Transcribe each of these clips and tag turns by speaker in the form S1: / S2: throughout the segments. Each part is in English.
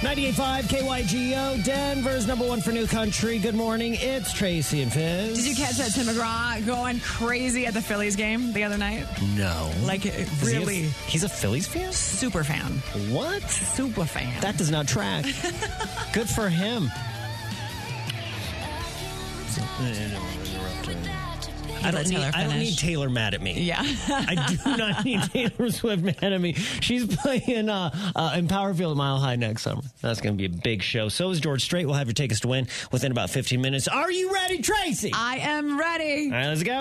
S1: 98.5 KYGO, Denver's number one for new country. Good morning. It's Tracy and Fizz.
S2: Did you catch that Tim McGraw going crazy at the Phillies game the other night?
S1: No.
S2: Like,
S1: Is he a-
S2: really
S1: he's a Phillies fan?
S2: super fan.
S1: What?
S2: Super fan.
S1: That does not track. Good for him. I don't,
S2: That's
S1: need,
S2: how they're
S1: I don't
S2: finished.
S1: need Taylor mad at me.
S2: yeah.
S1: I do not need Taylor Swift mad at me. She's playing uh, uh, in Powerfield at Mile High next summer. That's going to be a big show. So is George Strait. We'll have your take us to win within about 15 minutes. Are you ready, Tracy?
S2: I am ready.
S1: All right, let's go.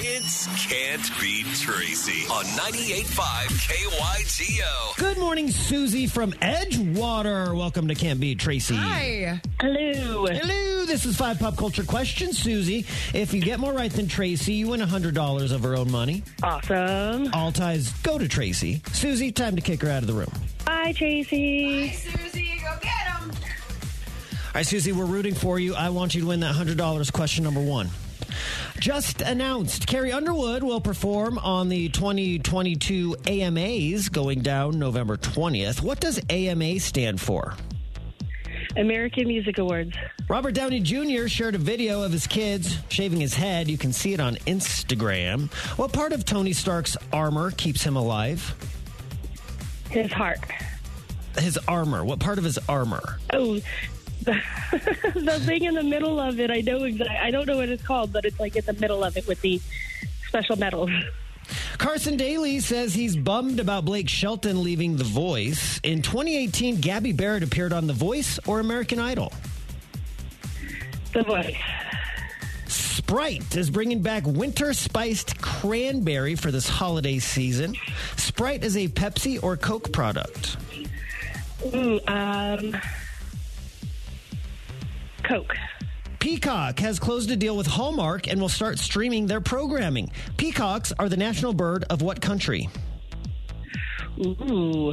S3: It's Can't Be Tracy on 98.5 KYTO.
S1: Good morning, Susie from Edgewater. Welcome to Can't Be Tracy.
S2: Hi.
S4: Hello.
S1: Hello, this is five pop culture questions, Susie. If you get more right than Tracy, you win $100 of her own money.
S4: Awesome.
S1: All ties go to Tracy. Susie, time to kick her out of the room.
S4: Bye, Tracy.
S1: All right, Susie, we're rooting for you. I want you to win that $100 question number one. Just announced, Carrie Underwood will perform on the 2022 AMAs going down November 20th. What does AMA stand for?
S4: American Music Awards.
S1: Robert Downey Jr. shared a video of his kids shaving his head. You can see it on Instagram. What part of Tony Stark's armor keeps him alive?
S4: His heart.
S1: His armor. What part of his armor?
S4: Oh, the, the thing in the middle of it. I know exactly. I don't know what it's called, but it's like in the middle of it with the special medals.
S1: Carson Daly says he's bummed about Blake Shelton leaving The Voice. In 2018, Gabby Barrett appeared on The Voice or American Idol.
S4: The voice.
S1: Sprite is bringing back winter spiced cranberry for this holiday season. Sprite is a Pepsi or Coke product.
S4: Ooh, um, Coke.
S1: Peacock has closed a deal with Hallmark and will start streaming their programming. Peacocks are the national bird of what country?
S4: Ooh,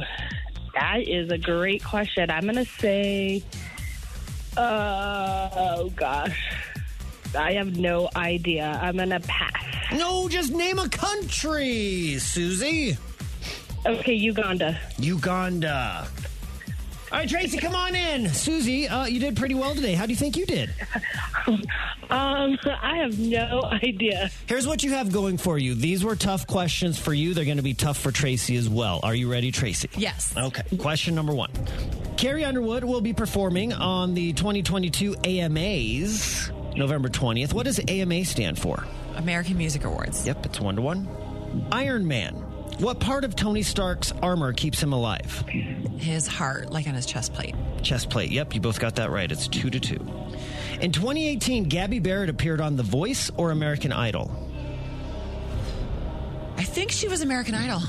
S4: that is a great question. I'm gonna say. Uh, oh gosh, I have no idea. I'm gonna pass.
S1: No, just name a country, Susie.
S4: Okay, Uganda.
S1: Uganda. All right, Tracy, come on in. Susie, uh, you did pretty well today. How do you think you did?
S4: Um, I have no idea.
S1: Here's what you have going for you. These were tough questions for you. They're going to be tough for Tracy as well. Are you ready, Tracy?
S2: Yes.
S1: Okay. Question number one Carrie Underwood will be performing on the 2022 AMAs November 20th. What does AMA stand for?
S2: American Music Awards.
S1: Yep, it's one to one. Iron Man. What part of Tony Stark's armor keeps him alive?
S2: His heart, like on his chest plate.
S1: Chest plate. Yep, you both got that right. It's two to two. In 2018, Gabby Barrett appeared on The Voice or American Idol.
S2: I think she was American Idol.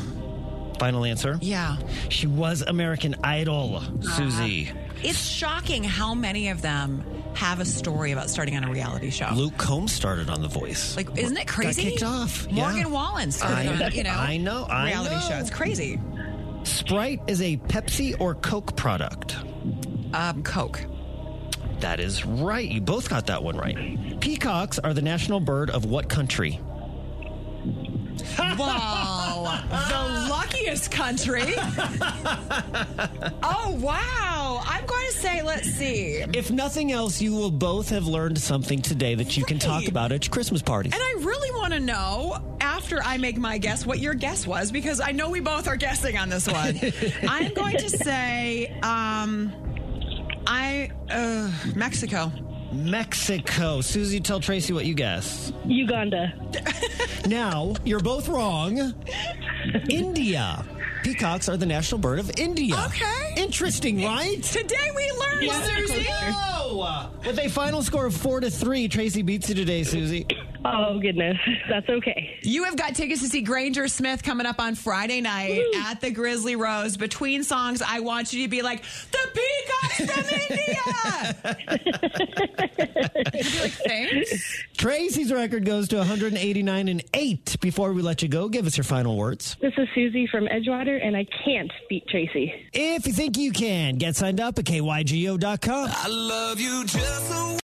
S1: Final answer.
S2: Yeah.
S1: She was American Idol, Uh-huh. Susie.
S2: It's shocking how many of them have a story about starting on a reality show.
S1: Luke Combs started on The Voice.
S2: Like, isn't it crazy?
S1: kicked off, yeah.
S2: Morgan Wallen started
S1: I-
S2: on, you know,
S1: I know, I
S2: reality
S1: know.
S2: show. It's crazy.
S1: Sprite is a Pepsi or Coke product.
S2: Um, Coke.
S1: That is right. You both got that one right. Peacocks are the national bird of what country?
S2: Wow. the luckiest country. oh, wow. I'm going to say, let's see. And
S1: If nothing else, you will both have learned something today that you can talk
S2: Right.
S1: about at your Christmas parties.
S2: I really want to know after I make my guess what your guess was because I know we both are guessing on this one. I'm going to say, um, I, uh, Mexico.
S1: Mexico. Susie, tell Tracy what you guess.
S4: Uganda.
S1: Now, you're both wrong. India. Peacocks are the national bird of India.
S2: Okay.
S1: Interesting, right?
S2: Today we learned,
S4: Yeah.
S2: Susie.
S1: Whoa! With a final score of four to three, Tracy beats you today, Susie.
S4: Oh goodness, that's okay.
S2: You have got tickets to see Granger Smith coming up on Friday night at the Grizzly Rose. Between songs, I want you to be like, the peacocks from India. You'd be like, thanks.
S1: Tracy's record goes to 189 and 8. Before we let you go, give us your final words.
S4: This is Susie from Edgewater, and I can't beat Tracy.
S1: If you think you can, get signed up at kygo.com.
S3: I love you just the way